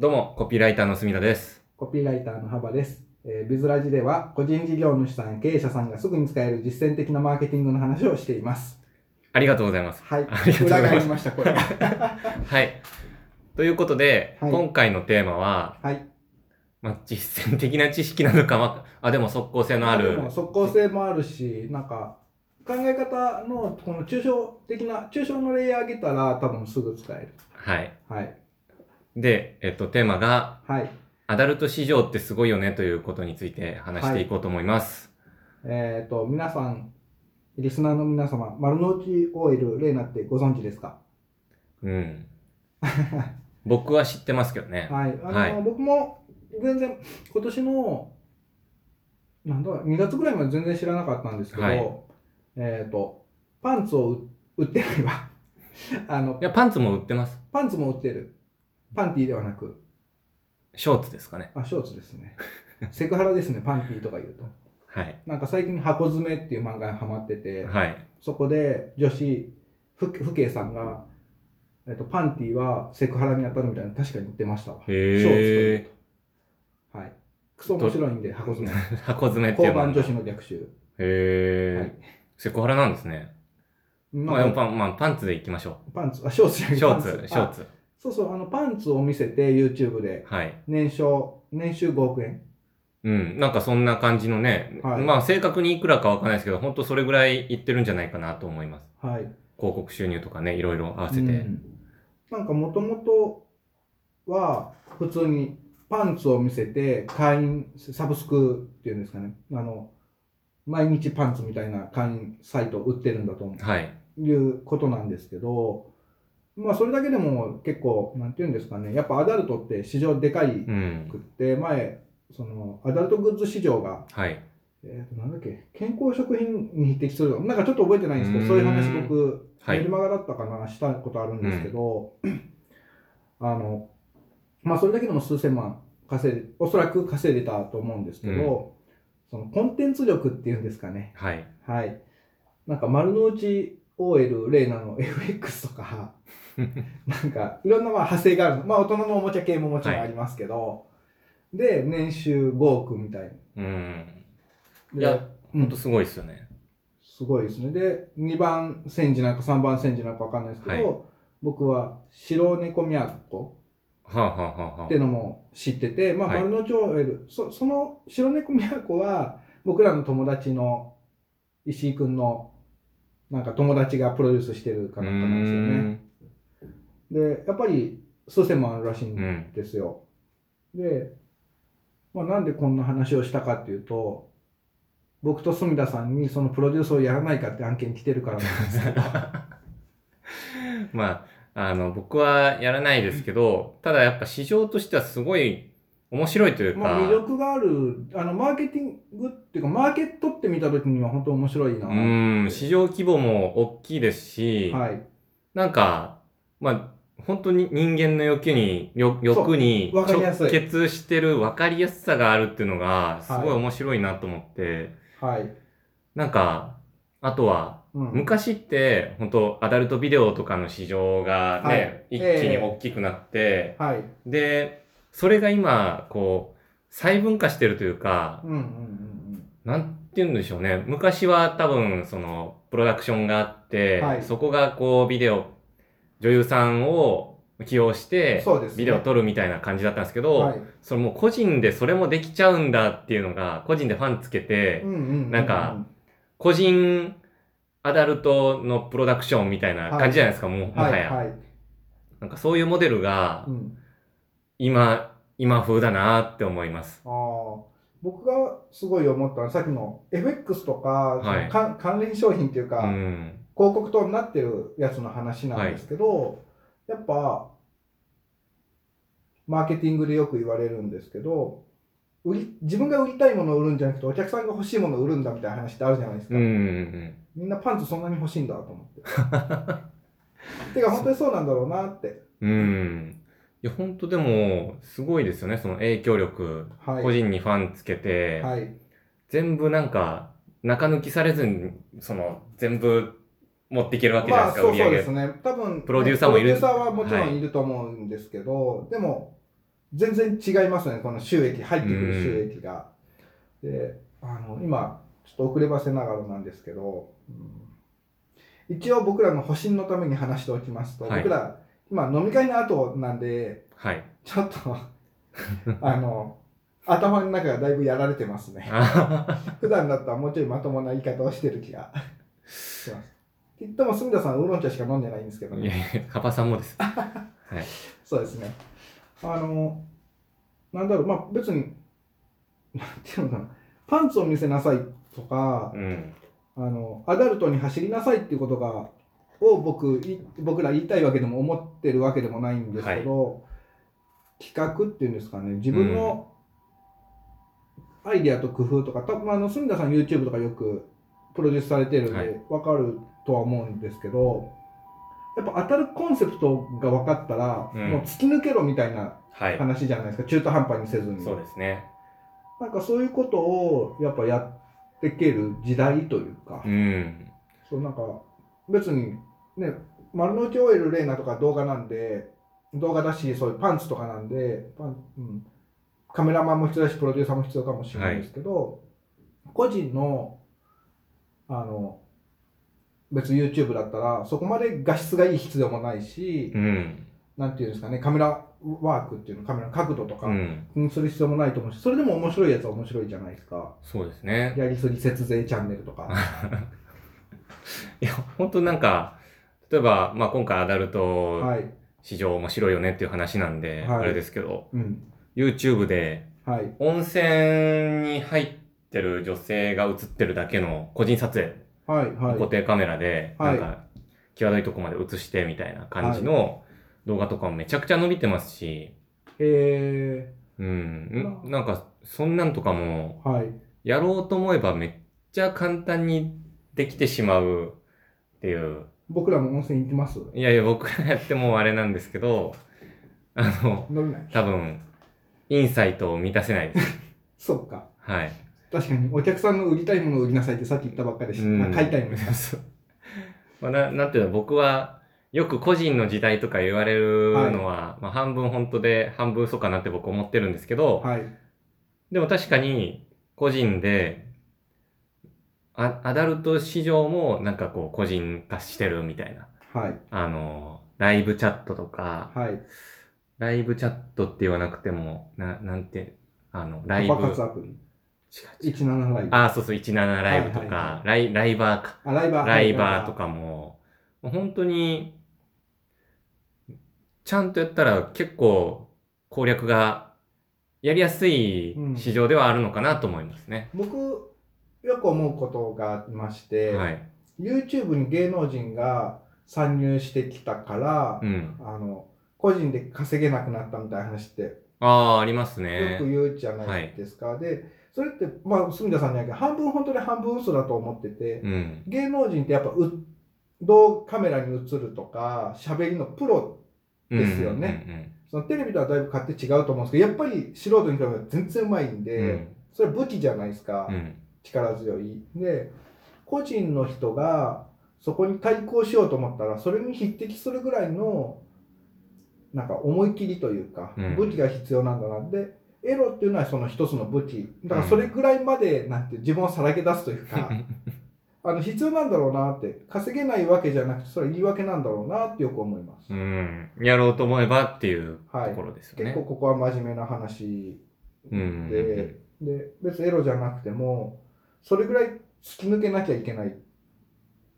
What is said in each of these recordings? どうも、コピーライターの墨田です。コピーライターの幅です。えービズラジでは個人事業主さん、経営者さんがすぐに使える実践的なマーケティングの話をしています。ありがとうございます。はいありが。とうございます裏返しました、これ。ははい。ということで、はい今回のテーマは、い。まあ、実践的な知識なのか、まあ、あでも即効性のあでるも。即効性もあるし、なんか、考え方のこの抽象的な、抽象のレイヤー上げたら多分すぐ使える。はい。はい。で、えっと、テーマが、はい。アダルト市場ってすごいよねということについて話していこうと思います。えっ、と、皆さん、リスナーの皆様、丸の内 OL レイナってご存知ですかうん。僕は知ってますけどね。はい。あの、はい僕も全然、今年の、なんだ、2月ぐらいまで全然知らなかったんですけど、はいえっ、と、パンツを売売ってないわ。 あのい、や、パンツも売ってます。パンツも売ってる。パンティーではなく、ショーツですかね。あ、ショーツで すね。セクハラですね、パンティーとか言うと。はい。なんか最近、箱詰めっていう漫画にハマってて、はい。そこで女子、ふふけいさんが、えっと、パンティーはセクハラに当たるみたいな、確かに言ってましたわ。へー。はい。クソ面白いんで、箱詰め。ー。箱詰めっていう交のは番女子の逆襲。へー、はいセクハラなんですね。まあ、まであもパン、まあ、パンツで行きましょパンツ、あ、ショーツじゃなう。いショーパンツ、ツショーあツ。そうそう、あの、パンツを見せて YouTube で、はい。年商、年収5億円。うん。なんかそんな感じのね、はいまあ正確にいくらかわかんないですけど、本当それぐらいいってるんじゃないかなと思います。はい。広告収入とかね、いろいろ合わせて。うんなんか、もともとは、普通にパンツを見せて、会員、サブスクっていうんですかね。あの、毎日パンツみたいな会員サイトを売ってるんだと思う。はい。いうことなんですけど、まあ、それだけでも結構、なんて言うんですかね。やっぱアダルトって市場でかいうん。くって前そのアダルトグッズ市場が、はい。えー、となんだっけ健康食品に匹敵するなんかちょっと覚えてないんですけうーんどそういう話僕はメいル。マガだったかなしたことあるんですけど、あのまあそれだけでも数千万稼いでおそらく稼いでたと思うんですけど、そのコンテンツ力っていうんですかねはい。はいなんか丸の内 OL レイナの FX とか なんか、いろんなまあ派生がある。まあ、大人のおもちゃ系ももちろんありますけど、で、年収5億みたいな。うん。いでや、う本ん当、すごいですよね。すごいですね。で、2番戦時なんか3番戦時なんかわかんないですけど、は僕は白猫都はあ、はあはあはっあてい、うのも知ってて、まあ、はい丸の内を得る。そその白猫都は、僕らの友達の石井くんの、なんか友達がプロデュースしてるう方ーなんですよね。ん。で、やっぱり数千万あるらしいんでうん。ですよ。で、まあ、なんでこんな話をしたかっていうと、僕と住田さんにそのプロデュースをやらないかって案件来てるからなんですけ どまあ、あの、僕はやらないですけど、ただやっぱ市場としてはすごい面白いというか、まあ魅力がある、あの、マーケティングっていうか、マーケットって見た時には本当面白いな。うん、市場規模も大きいですし、はい。なんか、まあ、本当に人間の欲に、よ欲にわかりやすい直結してる分かりやすさがあるっていうのが、すごいはい面白いなと思って、はい。なんか、あとは、うん。昔って、本当アダルトビデオとかの市場がね、はい一気にええ大きくなって、はい。で、それが今、こう、細分化してるというか、うんうんうんなんて言うんでしょうね。昔は多分、その、プロダクションがあって、はいそこがこう、ビデオ、女優さんを起用しうん。て、そうです、ビデオ撮るみたいな感じだったんですけど、はい。それもう個人でそれもできちゃうんだっていうのが、個人でファンつけて、うんうんううなんか、個人アダルトのプロダクションみたいな感じじゃないですか、もう、もははいや。はい。なんかそういうモデルがう、ん。今、今風だなって思います。あー僕がすごい思ったのは、さっきの FX とか、はいその関関連商品っていうか、うん。広告塔になってるやつの話なんですけど、やっぱマーケティングでよく言われるんですけど売り自分が売りたいものを売るんじゃなくてお客さんが欲しいものを売るんだみたいな話ってあるじゃないですうか、んうんうん。みんなパンツそんなに欲しいんだと思 っててか本当にそうなんだろうなってうん。いや、本当でも、すごいですよね、その影響力。はい個人にファンつけて、はい全部なんか、中抜きされずに、その、全部持っていけるわけじゃないまですか、あそう売り上そうげ。ですね多分プロデューサーもいるプロデューサーはもちろんいると思うんですけど、でも全然違いますよね、この収益、入ってくる収益が。で、あの、今、ちょっと遅ればせながらなんですけど、うん一応僕らの保身のために話しておきますと、はい僕ら、今飲み会の後なんで、はい。ちょっと、あの、頭の中がだいぶやられてますね。あ普段だったらもうちょいまともな言い方をしてる気がします。って言っても、住田さん、ウーロン茶しか飲んでないんですけどいね。やいや、カバさんもです。はい。そうですね。あの、なんだろう、まあ別に、なんていうのかな、パンツを見せなさいとかう、ん。あの、アダルトに走りなさいっていうことが、を僕、い僕ら言いたいわけでも思ってるわけでもないんですけど、企画っていうんですかね、自分のアイディアと工夫とか、多分あの、住田さん YouTube とかよくプロデュースされてるんはいで、わかるとは思うんですけど、やっぱ当たるコンセプトが分かったら、うんもう突き抜けろみたいなはい。話じゃないですか、中途半端にせずに。そうですね。なんかそういうことをやっぱやってける時代というか、うん。そうなんか別にね、丸の内オイルレーナとか動画なんで、動画だし、そういうパンツとかなんで、パンうん、カメラマンも必要だし、プロデューサーも必要かもしれないですけど、個人の、あの、別に YouTube だったら、そこまで画質がいい必要もないし、うん。なんていうんですかね、カメラワークっていうの、カメラの角度とかう、ん。気にする必要もないと思うし、それでも面白いやつは面白いじゃないですか。そうですね。やりすぎ節税チャンネル とか。いや、本当なんか、例えば、まあ今回アダルトはい。市場面白いよねっていう話なんで、はいあれですけど、うん。 YouTube ではい。温泉に入ってる女性が映ってるだけの個人撮影、はい。はい。固定カメラで、はないんか、際どいとこまで映してみたいな感じの動画とかもめちゃくちゃ伸びてますし、えうん、んなんか、そんなんとかも、ー、はい。やろうと思えばめっちゃ簡単にできてしまうっていう。僕らも温泉行きますいやいや、僕らやってもあれなんですけど、あの、飲めない。多分、インサイトを満たせないです。そっか。はい。確かに、お客さんの売りたいものを売りなさいってさっき言ったばっかりでしうんた。あ買いたいもの。そう まあ、ななんていうの、僕は、よく個人の時代とか言われるのは、まあ半分本当で半分嘘かなって僕思ってるんですけど、はい。でも確かに個人で、あアダルト市場もなんかこう個人化してるみたいな。はい。あの、ライブチャットとか、はい。ライブチャットって言わなくても、な、なんて、あの、ライブ。パパ活アプ違う違リ。う17ライブ。ああ、そうそう、17ライブとか、はいライライバーか。あ、ライバー。ライバーと。かも、もう本当に、ちゃんとやったら結構攻略がやりやすい市場ではあるのかなと思いますね。僕、よく思うことがありまして、はい。 YouTube に芸能人が参入してきたから、うん。あの、個人で稼げなくなったみたいな話ってああ、ありますよねく。言うじゃないですか。で、それって、まあ、住田さんじゃないけど、半分本当に半分嘘だと思ってて、うん。芸能人ってやっぱう、どうカメラに映るとか、喋りのプロ、ですよねそのテレビとはだいぶ勝手違うと思うんですけど、やっぱり素人に比べたら全然うまいんうで、ん。うんうんそれは武器じゃないですか、うん。うん力強い。で、個人の人がそこに対抗しようと思ったら、それに匹敵するぐらいの、なんか思い切りというか、うん武器が必要なんだなで、エロっていうのはその一つの武器。だからそれぐらいまで、なんて自分をさらけ出すというか、あの必要なんだろうなって、稼げないわけじゃなくて、それは言い訳なんだろうなってよく思います。 うん。やろうと思えばっていうとはいころですよ結ね。構ここは真面目な話うんうんうんで、で、別にエロじゃなくても、それぐらい突き抜けなきゃいけないっ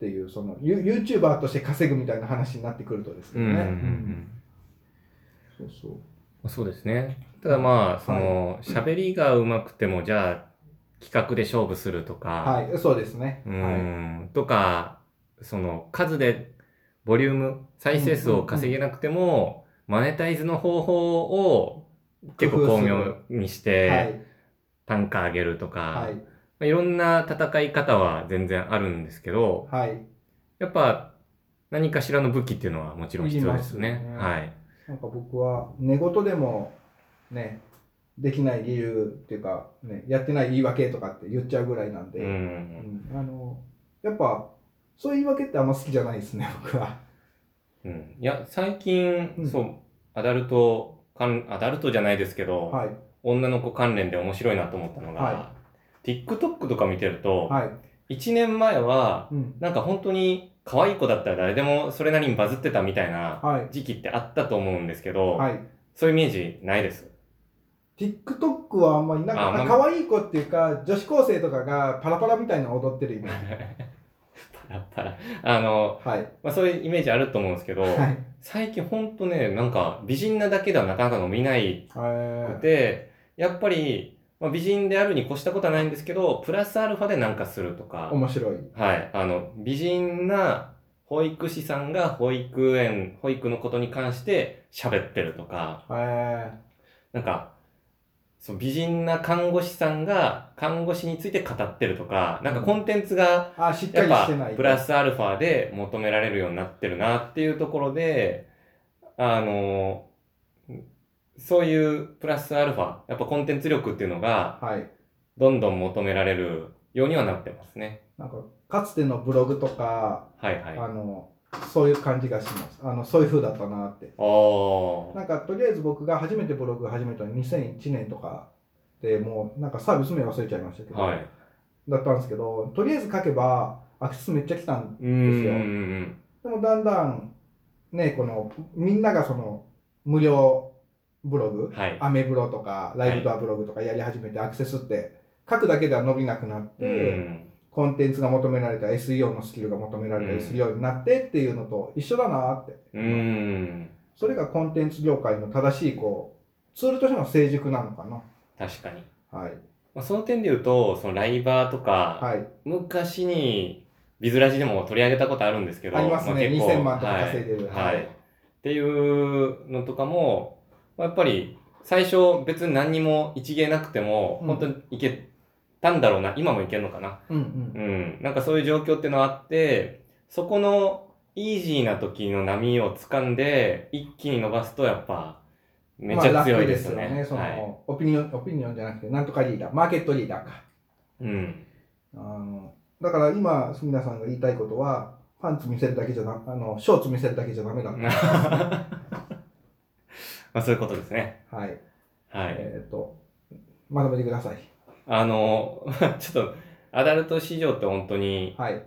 ていう、その、ユ YouTuber として稼ぐみたいな話になってくるとですうよんうんね。うんううんんそうそう。そうですね。ただまあ、その、喋りが上手くても、じゃあ、企画で勝負するとか、はい、そうですね。うはーんとか、その数でボリューム、再生数を稼げなくても、マネタイズの方法を結構巧妙にしい。はてい。単価上げるとか、はいい。まあ、いろんな戦い方は全然あるんですけど、はい。やっぱ何かしらの武器っていうのはもちろん必要ですよいねり。ますよねはい。なんか僕は寝言でもね、できない理由っていうか、ね、やってない言い訳とかって言っちゃうぐらいなんで、う。うんんあの、やっぱ、そういう言い訳ってあんま好きじゃないですね、僕は。うん、いや、最近、うんそう、アダルトかんアダルトじゃないですけど、はい。女の子関連で面白いなと思ったのが、は TikTok とか見てると、はい。 1年前は、うん。なんか本当に可愛い子だったら誰でもそれなりにバズってたみたいなはい。時期ってあったと思うんですけど、はい。そういうイメージない です。 TikTok はあんまりなんあまかあ可愛い子っていうか女子高生とかがパラパラみたいな踊ってるイメージパラパラ。あの、はいまあ、そういうイメージあると思うんですけど、はい最近ほんとね、なんか美人なだけではなかなか伸びないえくて、やっぱり、まあ、美人であるに越したことはないんですけど、プラスアルファでなんかするとーか、面白いはい、あの、美人な保育士さんが保育園、保育のことに関して喋ってるとか、えなんか、そう美人な看護師さんが看護師について語ってるとか、なんかコンテンツがーあしっかやっりしぱてないプラスアルファで求められるようになってるなっていうところで、あの、そういうプラスアルファ、やっぱコンテンツ力っていうのがはいどんどん求められるようにはなってますね。なんかかつてのブログとか、はいはい。あのそういう感じがしますあのそういう風だったなっておー。なんかとりあえず僕が初めてブログ始めたの2001年とかでもうなんかサービス名忘れちゃいましたけど、はい。だったんですけどとりあえず書けばアクセスめっちゃ来たんうーん。でもだんだん、ね、この、みんながその、無料ブログ、はい。アメブロとか、ライブドアブログとかやり始めて、アクセスって、書くだけでは伸びなくなって、うん。コンテンツが求められた SEO のスキルが求められたうんりするようになってっていうのと一緒だなって。うーん。それがコンテンツ業界の正しい、こう、ツールとしての成熟なのかな。確かに。はい。まあ、その点で言うと、そのライバーとか、はい。昔に、ビズラジでも取り上げたことあるんですけど、ありますね結構2000万とか稼いでるはい。ははいいっていうのとかも、まあやっぱり、最初別に何にも一芸なくても、うん本当にいけたんだろうな、今もいけるのかな。うんうん。うん。なんかそういう状況っていうのはあって、そこのイージーな時の波を掴んで、一気に伸ばすと、やっぱ、めっちゃ強いですよね。まあ楽その、はい。オピニオン、オピニオンじゃなくて、なんとかリーダー、マーケットリーダーか。うん。あのだから今、すみなさんが言いたいことは、パンツ見せるだけじゃな、あの、ショーツ見せるだけじゃダメだ。まあそういうことですね。はい。はい。えっ、と、まとめてください。あの、 ちょっと、アダルト市場って本当にはい。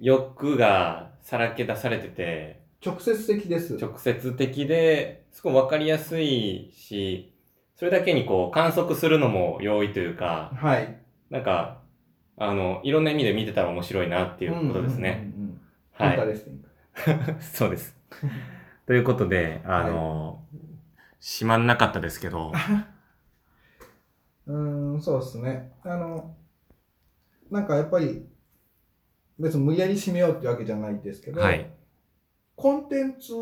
欲がさらけ出されてて、直接的です。直接的で、すごいわかりやすいし、それだけにこう観測するのも容易というか、はい。なんか、あの、いろんな意味で見てたら面白いなっていうことですね。うんうんうんうん。イはンいタ。レスティン グ。 そうです。ということで、あの、しまんなかったですけど、うーん、そうですね。あの、なんかやっぱり、別に無理やり締めようってわけじゃないですけど、はい。コンテンツ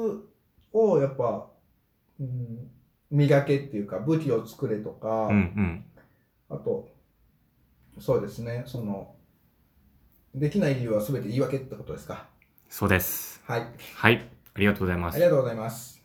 をやっぱ、うん、磨けっていうか、武器を作れとか、うんうん。あと、そうですね、その、できない理由は全て言い訳ってことですか。そうです。はい。はい。ありがとうございまあすり。がとうございます。